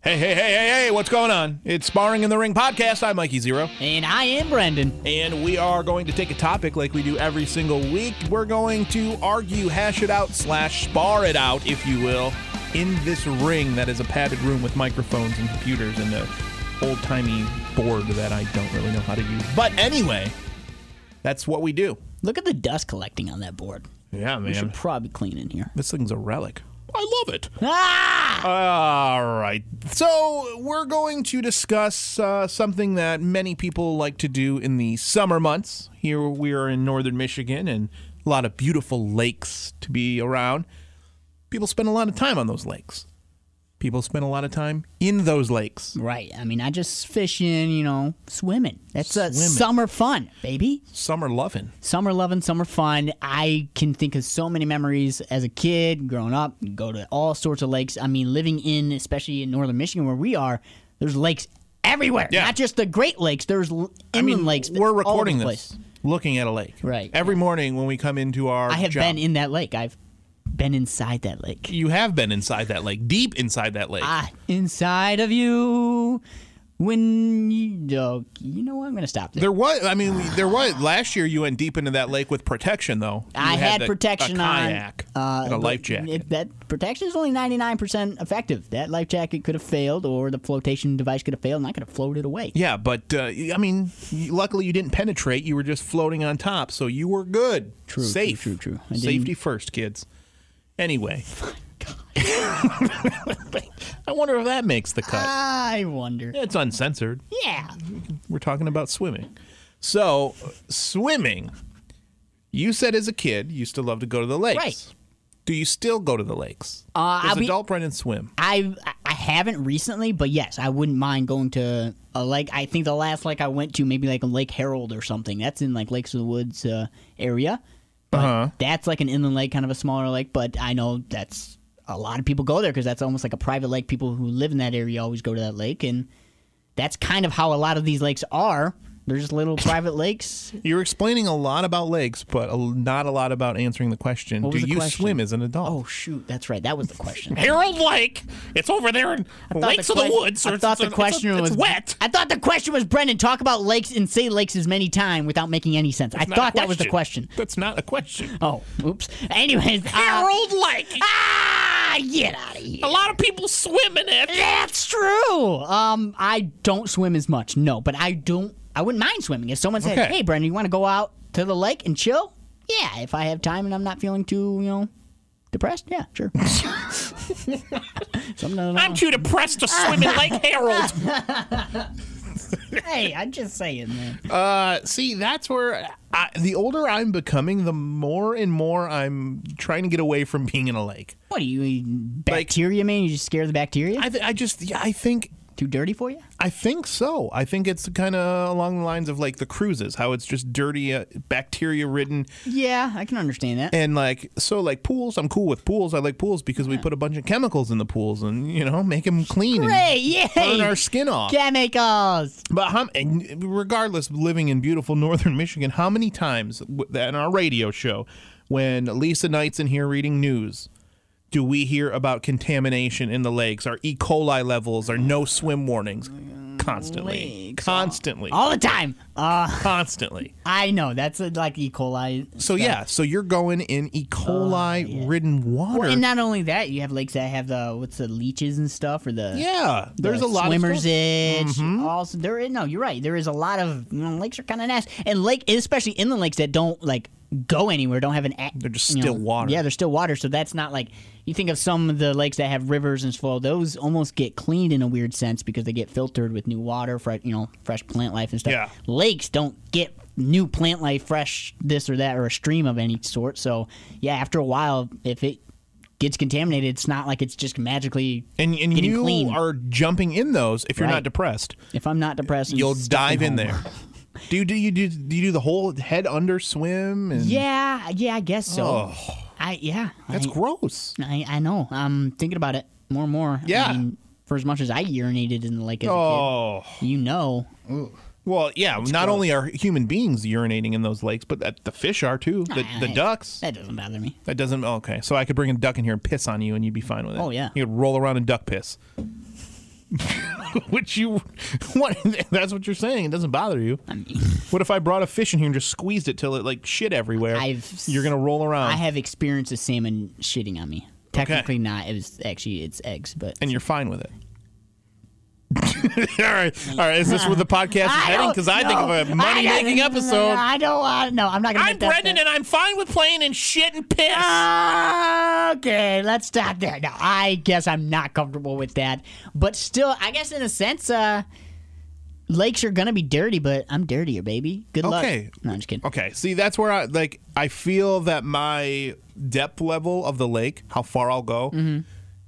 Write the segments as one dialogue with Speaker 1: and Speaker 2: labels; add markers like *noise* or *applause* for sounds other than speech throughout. Speaker 1: Hey, hey, hey, hey, hey, what's going on? It's Sparring in the Ring podcast. I'm Mikey Zero.
Speaker 2: And I am Brendan.
Speaker 1: And we are going to take a topic like we do every single week. We're going to argue, hash it out, slash spar it out, if you will, in this ring that is a padded room with microphones and computers and a old timey board that I don't really know how to use. But anyway, that's what we do.
Speaker 2: Look at the dust collecting on that board.
Speaker 1: Yeah,
Speaker 2: We should probably clean in here.
Speaker 1: This thing's a relic. I love it.
Speaker 2: Ah!
Speaker 1: All right. So we're going to discuss uh, something that many people like to do in the summer months. Here we are in northern Michigan and a lot of beautiful lakes to be around. People spend a lot of time on those lakes. People spend a lot of time in those lakes.
Speaker 2: Right. I mean, I just fishing, you know, swimming. That's uh,
Speaker 1: Swimming.
Speaker 2: summer fun, baby.
Speaker 1: Summer loving.
Speaker 2: Summer loving, summer fun. I can think of so many memories as a kid, growing up, go to all sorts of lakes. I mean, living in, especially in northern Michigan where we are, there's lakes everywhere.
Speaker 1: Yeah.
Speaker 2: Not just the Great Lakes, there's l- inland
Speaker 1: I mean,
Speaker 2: lakes.
Speaker 1: we're
Speaker 2: all over
Speaker 1: recording
Speaker 2: the
Speaker 1: this
Speaker 2: place.
Speaker 1: looking at a lake.
Speaker 2: Right.
Speaker 1: Every morning when we come into our
Speaker 2: I have
Speaker 1: job.
Speaker 2: been in that lake. I've been inside that lake.
Speaker 1: You have been inside that lake, deep inside that lake.
Speaker 2: Ah, inside of you. When you, oh, you know what? I'm going to stop there.
Speaker 1: There was, I mean, there was. Last year, you went deep into that lake with protection, though. You
Speaker 2: I had,
Speaker 1: the-
Speaker 2: protection
Speaker 1: a kayak
Speaker 2: on. uh,
Speaker 1: and a
Speaker 2: but
Speaker 1: life jacket.
Speaker 2: it- that protection is only 99% effective. That life jacket could have failed, or the flotation device could have failed, and I could have floated away.
Speaker 1: yeah, but uh, I mean, you- luckily you didn't penetrate. You were just floating on top, so you were good.
Speaker 2: True, true,
Speaker 1: safe,
Speaker 2: true, true. I didn't-
Speaker 1: Safety first, kids.
Speaker 2: *laughs*
Speaker 1: Anyway, *laughs* I wonder if that makes the cut.
Speaker 2: I wonder.
Speaker 1: it's uncensored.
Speaker 2: Yeah.
Speaker 1: We're talking about swimming. So, swimming. You said as a kid you used to love to go to the lakes.
Speaker 2: Right.
Speaker 1: Do you still go to the lakes?
Speaker 2: Uh,
Speaker 1: Does
Speaker 2: I'll be-
Speaker 1: adult Brendan swim?
Speaker 2: I I haven't recently, but yes, I wouldn't mind going to a lake. I think the last lake I went to, maybe like Lake Harold or something. That's in like Lakes of the Woods uh, area. But That's like an inland lake, kind of a smaller lake. But I know that's a lot of people go there because that's almost like a private lake. People who live in that area always go to that lake, and that's kind of how a lot of these lakes are. They're just little private lakes.
Speaker 1: You're explaining a lot about lakes, but a, not a lot about answering the question.
Speaker 2: What
Speaker 1: Do
Speaker 2: was the
Speaker 1: you
Speaker 2: question?
Speaker 1: swim as an adult?
Speaker 2: Oh shoot, that's right. That was the question.
Speaker 1: Harold Lake. It's over there in
Speaker 2: thought
Speaker 1: Lakes
Speaker 2: the
Speaker 1: of the
Speaker 2: que-
Speaker 1: Woods.
Speaker 2: I
Speaker 1: or
Speaker 2: thought the
Speaker 1: it's- it's-
Speaker 2: question
Speaker 1: it's
Speaker 2: was
Speaker 1: wet.
Speaker 2: I thought the question was Brendan talk about lakes and say lakes as many times without making any sense. I
Speaker 1: Not a
Speaker 2: thought that was the question.
Speaker 1: That's not a question.
Speaker 2: Oh, oops. Anyways, uh,
Speaker 1: Harold Lake.
Speaker 2: ah, get out of here.
Speaker 1: A lot of people swim in it.
Speaker 2: That's true. Um, I don't swim as much, no, but I don't. I wouldn't mind swimming if someone said,
Speaker 1: Okay.
Speaker 2: "Hey, Brendan, you want to go out to the lake and chill?" Yeah, if I have time and I'm not feeling too, you know, depressed. Yeah, sure. *laughs*
Speaker 1: *laughs*
Speaker 2: Something I don't-
Speaker 1: I'm too depressed to swim in
Speaker 2: *laughs*
Speaker 1: Lake Harold.
Speaker 2: hey, I'm just saying, man.
Speaker 1: Uh, see, that's where I, the older I'm becoming, the more and more I'm trying to get away from being in a lake.
Speaker 2: What do you eat? Bacteria, man? You just scare the bacteria?
Speaker 1: I, th- I just, yeah, I think
Speaker 2: Too dirty for you?
Speaker 1: I think so. I think it's kind of along the lines of like the cruises, how it's just dirty, uh, bacteria ridden,
Speaker 2: Yeah, I can understand that.
Speaker 1: and like so, like pools. I'm cool with pools. I like pools because we put a bunch of chemicals in the pools and you know make them clean
Speaker 2: Hey,
Speaker 1: and burn
Speaker 2: yay!
Speaker 1: our skin off.
Speaker 2: Chemicals.
Speaker 1: But how, and regardless, living in beautiful northern *laughs* Michigan, how many times w- that in our radio show, when Lisa Knight's in here reading news, do we hear about contamination in the lakes, our E. coli levels, our no swim warnings? Constantly.
Speaker 2: Lakes. uh,
Speaker 1: Constantly.
Speaker 2: All the time. Uh, *laughs*
Speaker 1: Constantly.
Speaker 2: I know. That's uh, like E. coli.
Speaker 1: So, yeah, so you're going in E. coli ridden water.
Speaker 2: Oh, And not only that, you have lakes that have the, what's the, leeches and stuff, or the.
Speaker 1: yeah,
Speaker 2: the
Speaker 1: there's a lot
Speaker 2: swimmers
Speaker 1: of stuff. Mm-hmm.
Speaker 2: itch. Also, there is no. You're right. There is a lot of you know, lakes are kind of nasty, and lake, especially inland lakes that don't like go anywhere, don't have an. a-
Speaker 1: They're just
Speaker 2: you know,
Speaker 1: still water.
Speaker 2: Yeah, they're still water. So that's not like you think of some of the lakes that have rivers and stuff. Those almost get cleaned in a weird sense because they get filtered with new water, fresh, you know, fresh plant life and stuff.
Speaker 1: Yeah.
Speaker 2: Lakes don't get new plant life, fresh this or that, or a stream of any sort. So yeah, after a while, if it gets contaminated, it's not like it's just magically.
Speaker 1: And, and
Speaker 2: getting
Speaker 1: you
Speaker 2: clean.
Speaker 1: are jumping in those if you're
Speaker 2: Right.
Speaker 1: not depressed.
Speaker 2: If I'm not depressed, and
Speaker 1: You'll
Speaker 2: stuck
Speaker 1: dive in
Speaker 2: home. *laughs*
Speaker 1: there. Do you do you do, do you do the whole head under swim? And
Speaker 2: Yeah, yeah, I guess so. I yeah,
Speaker 1: Oh. that's
Speaker 2: I,
Speaker 1: gross.
Speaker 2: I I know. I'm thinking about it more and more.
Speaker 1: Yeah.
Speaker 2: I mean, for as much as I urinated in the lake as
Speaker 1: Oh
Speaker 2: a kid, you know.
Speaker 1: well, yeah. not only are human beings urinating in those lakes, but that, the fish are too. The,
Speaker 2: Nah,
Speaker 1: the
Speaker 2: I-
Speaker 1: ducks.
Speaker 2: Ah, That doesn't bother me.
Speaker 1: That doesn't. Okay, so I could bring a duck in here and piss *laughs* on you, and you'd be fine with it.
Speaker 2: Oh, yeah.
Speaker 1: You could roll around in duck piss. Which you, what? *laughs* That's what you're saying. It doesn't bother you. *laughs*
Speaker 2: I mean,
Speaker 1: What if I brought a fish in here and just squeezed it till it like shit everywhere?
Speaker 2: I've-
Speaker 1: You're gonna roll around
Speaker 2: I have experienced a salmon shitting on me. Technically not. It was actually its eggs, but
Speaker 1: and you're fine with it. *laughs* all right, all right. Is this where the podcast is heading? Because I think of a money making episode.
Speaker 2: I don't. I, no, I'm not gonna.
Speaker 1: I'm
Speaker 2: make that
Speaker 1: Brendan,
Speaker 2: bet.
Speaker 1: and I'm fine with playing in shit and piss.
Speaker 2: Uh. Okay, let's stop there. No, I guess I'm not comfortable with that. But still, I guess in a sense, uh, lakes are gonna be dirty, but I'm dirtier, baby. Good luck.
Speaker 1: Okay.
Speaker 2: No, I'm just kidding.
Speaker 1: Okay, see that's where I like I feel that my depth level of the lake, how far I'll go,
Speaker 2: Mm-hmm.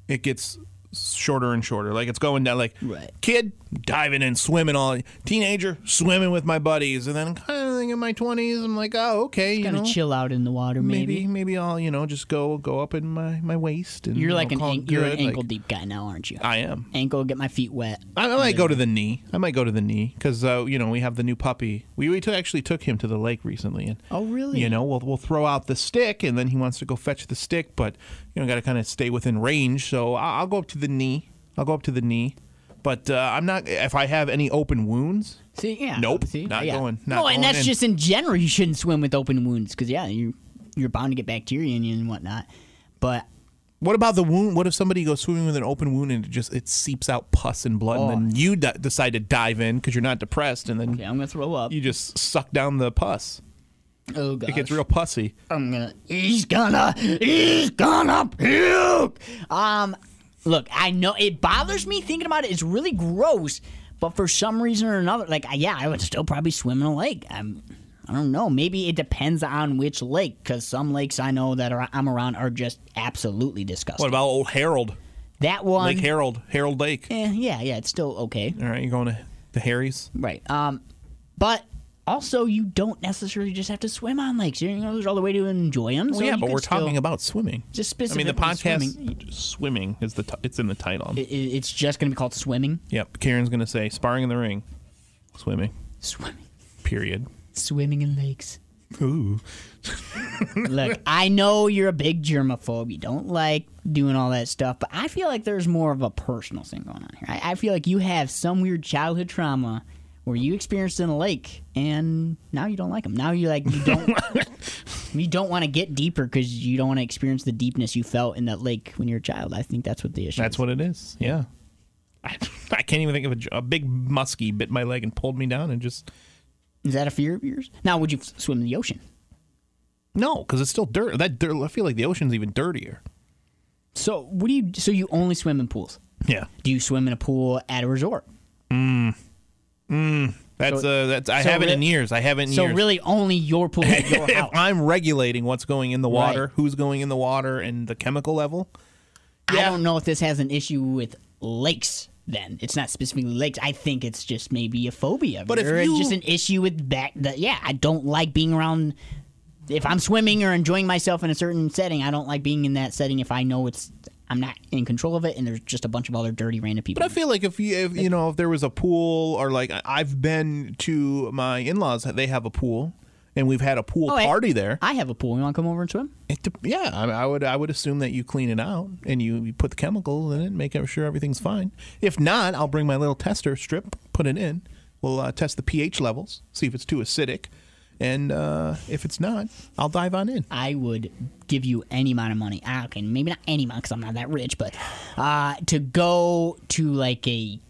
Speaker 1: it gets shorter and shorter. Like it's going down like
Speaker 2: Right.
Speaker 1: kid diving and swimming all teenager swimming with my buddies and then kind of like in my 20s I'm like, "Oh, okay, you
Speaker 2: Gonna
Speaker 1: know.
Speaker 2: chill out in the water, maybe.
Speaker 1: Maybe maybe I'll, you know, just go go up in my my waist and
Speaker 2: You're
Speaker 1: you
Speaker 2: like
Speaker 1: know,
Speaker 2: an
Speaker 1: call it
Speaker 2: an- you're an
Speaker 1: good, like-
Speaker 2: ankle deep guy now, aren't you?
Speaker 1: I am.
Speaker 2: ankle, get my feet wet.
Speaker 1: I, I might go to the knee. I might go to the knee because uh, you know we have the new puppy. We we took- actually took him to the lake recently, and
Speaker 2: Oh, really?
Speaker 1: You know, we'll we'll throw out the stick, and then he wants to go fetch the stick, but you know, got to kind of stay within range. So I, I'll go up to the knee. I'll go up to the knee, but uh, I'm not. If I have any open wounds,
Speaker 2: See, yeah.
Speaker 1: Nope,
Speaker 2: See? Oh,
Speaker 1: not
Speaker 2: yeah.
Speaker 1: going- not
Speaker 2: no,
Speaker 1: going
Speaker 2: and that's
Speaker 1: in.
Speaker 2: just in general. You shouldn't swim with open wounds because yeah, you you're bound to get bacteria in you and whatnot. But
Speaker 1: what about the wound? What if somebody goes swimming with an open wound and it just it seeps out pus and blood,
Speaker 2: Oh.
Speaker 1: and then you d- decide to dive in because you're not depressed, and then
Speaker 2: okay, I'm gonna throw up.
Speaker 1: you just suck down the pus.
Speaker 2: oh god,
Speaker 1: It gets real pussy.
Speaker 2: I'm gonna. He's gonna. He's gonna puke. Um, look, I know it bothers me thinking about it. It's really gross, but for some reason or another, like I- yeah, I would still probably swim in a lake. I'm. I don't know. Maybe it depends on which lake, because some lakes I know that are I'm around are just absolutely disgusting.
Speaker 1: What about old Harold?
Speaker 2: that one,
Speaker 1: Lake Harold, Harold Lake.
Speaker 2: eh, yeah, yeah, it's still okay.
Speaker 1: All right, you're going to the Harry's.
Speaker 2: Right. Um, but also you don't necessarily just have to swim on lakes. You know, there's all the way to enjoy them.
Speaker 1: Well, yeah, but we're talking about swimming.
Speaker 2: just
Speaker 1: I mean,
Speaker 2: specifically
Speaker 1: the podcast
Speaker 2: swimming.
Speaker 1: swimming, is the t- it's in the title.
Speaker 2: It, it- it's just going to be called swimming.
Speaker 1: yep, Karen's gonna say sparring in the ring, swimming.
Speaker 2: Swimming.
Speaker 1: Period.
Speaker 2: Swimming in lakes.
Speaker 1: Ooh.
Speaker 2: *laughs* Look, I know you're a big germaphobe. You don't like doing all that stuff, but I feel like there's more of a personal thing going on here. I, I feel like you have some weird childhood trauma where you experienced in a lake, and now you don't like them. Now you like you *laughs* don't you don't want to get deeper because you don't want to experience the deepness you felt in that lake when you were a child. I think that's what the issue.
Speaker 1: That's
Speaker 2: is.
Speaker 1: what it is. Yeah. I, *laughs* I can't even think of a, j- a big muskie bit my leg and pulled me down and just
Speaker 2: is that a fear of yours? Now, would you f- swim in the ocean?
Speaker 1: no because it's still dirt. That dirt. I feel like the ocean's even dirtier.
Speaker 2: So what do you? So you only swim in pools?
Speaker 1: Yeah.
Speaker 2: Do you swim in a pool at a resort?
Speaker 1: That's uh that's I
Speaker 2: so
Speaker 1: haven't in
Speaker 2: re-
Speaker 1: years. I haven't in
Speaker 2: So
Speaker 1: years.
Speaker 2: really, only your pool at your
Speaker 1: *laughs* if
Speaker 2: house.
Speaker 1: I'm regulating what's going in the
Speaker 2: Right.
Speaker 1: water, who's going in the water, and the chemical level.
Speaker 2: I don't know if this has an issue with lakes. Then it's not specifically lakes. I think it's just maybe a phobia,
Speaker 1: But if
Speaker 2: or
Speaker 1: you-
Speaker 2: just an issue with back. The, yeah, I don't like being around. If I'm swimming or enjoying myself in a certain setting, I don't like being in that setting if I know it's I'm not in control of it and there's just a bunch of other dirty random people.
Speaker 1: But I feel like if you if, you know if there was a pool or like I- I've been to my in laws, they have a pool, and we've had a pool
Speaker 2: Oh, I-
Speaker 1: party there.
Speaker 2: I have a pool. You want to come over and swim?
Speaker 1: It, dep- yeah, I, I would I would assume that you clean it out and you, you put the chemicals in it, make sure everything's fine. If not, I'll bring my little tester strip, put it in. We'll uh, test the pH levels, see if it's too acidic, and uh, if it's not, I'll dive on in.
Speaker 2: I would give you any amount of money. Ah, okay, maybe not any amount because I'm not that rich, but uh, to go to like a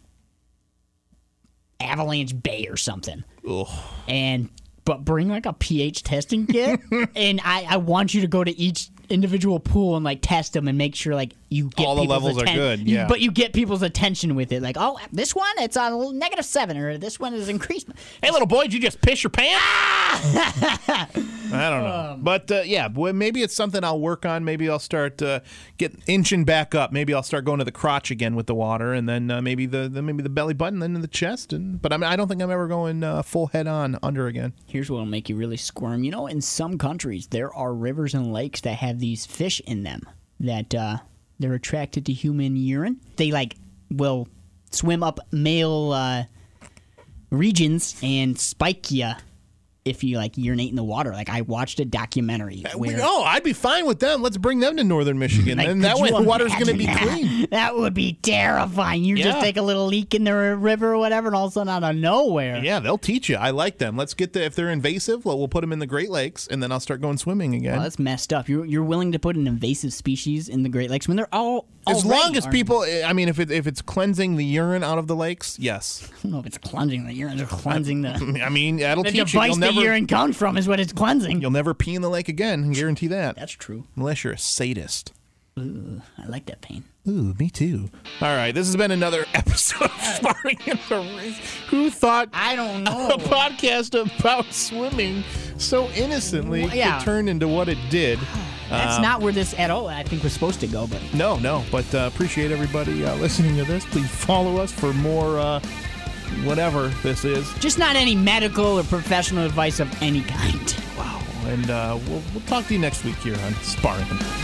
Speaker 2: Avalanche Bay or something,
Speaker 1: Ugh.
Speaker 2: and but bring like a pH testing kit,
Speaker 1: *laughs*
Speaker 2: and I, I want you to go to each individual pool and like test them and make sure like you get
Speaker 1: All the
Speaker 2: people's
Speaker 1: levels are
Speaker 2: atten-
Speaker 1: good,
Speaker 2: you-
Speaker 1: yeah.
Speaker 2: but you get people's attention with it. Like, oh, this one it's on negative seven, or this one is increased.
Speaker 1: Hey, little boy, did you just piss your pants? *laughs* I don't know. but uh, yeah, well, maybe it's something I'll work on. Maybe I'll start uh, get inching back up. Maybe I'll start going to the crotch again with the water, and then uh, maybe the, the maybe the belly button, then the chest. And but I, mean, I don't think I'm ever going uh, full head on under again.
Speaker 2: Here's what'll make you really squirm. You know, in some countries, there are rivers and lakes that have these fish in them that uh, they're attracted to human urine. They like will swim up male uh, regions and spike you if you like urinate in the water. Like I watched a documentary where
Speaker 1: oh, I'd be fine with them. Let's bring them to northern *laughs* Michigan.
Speaker 2: Like,
Speaker 1: and that
Speaker 2: could
Speaker 1: way
Speaker 2: you
Speaker 1: the water's going to
Speaker 2: imagine
Speaker 1: be *laughs*
Speaker 2: that?
Speaker 1: clean.
Speaker 2: *laughs* That would be terrifying. You just
Speaker 1: Yeah.
Speaker 2: take a little leak in the r- river or whatever, and all of a sudden, out of nowhere.
Speaker 1: Yeah, they'll teach you. I like them. Let's get the if they're invasive, well, we'll put them in the Great Lakes, and then I'll start going swimming again.
Speaker 2: Well, Oh, that's messed up. You're, you're willing to put an invasive species in the Great Lakes when they're all
Speaker 1: as
Speaker 2: already
Speaker 1: long as
Speaker 2: are-
Speaker 1: people, I mean, if it, if it's cleansing the urine out of the lakes, yes.
Speaker 2: I don't know if it's cleansing
Speaker 1: *laughs*
Speaker 2: the urine. They're cleansing the
Speaker 1: I mean, that'll
Speaker 2: the
Speaker 1: teach you. You'll
Speaker 2: device the
Speaker 1: never,
Speaker 2: urine comes from is what it's cleansing.
Speaker 1: you'll never pee in the lake again. I can guarantee that,
Speaker 2: That's true.
Speaker 1: unless you're a sadist.
Speaker 2: I like that pain.
Speaker 1: Ooh, me too. All right, this has been another *laughs* episode of Sparring in the Rain. Who thought *laughs*
Speaker 2: I don't
Speaker 1: a
Speaker 2: know.
Speaker 1: podcast about swimming so innocently
Speaker 2: Well, yeah.
Speaker 1: could turn into what it did?
Speaker 2: That's not where this at all. I think was supposed to go, but
Speaker 1: No, no, but uh, appreciate everybody uh, listening to this. Please follow us for more uh, whatever this is.
Speaker 2: just not any medical or professional advice of any kind.
Speaker 1: Wow. And uh, we'll, we'll talk to you next week here on Sparring.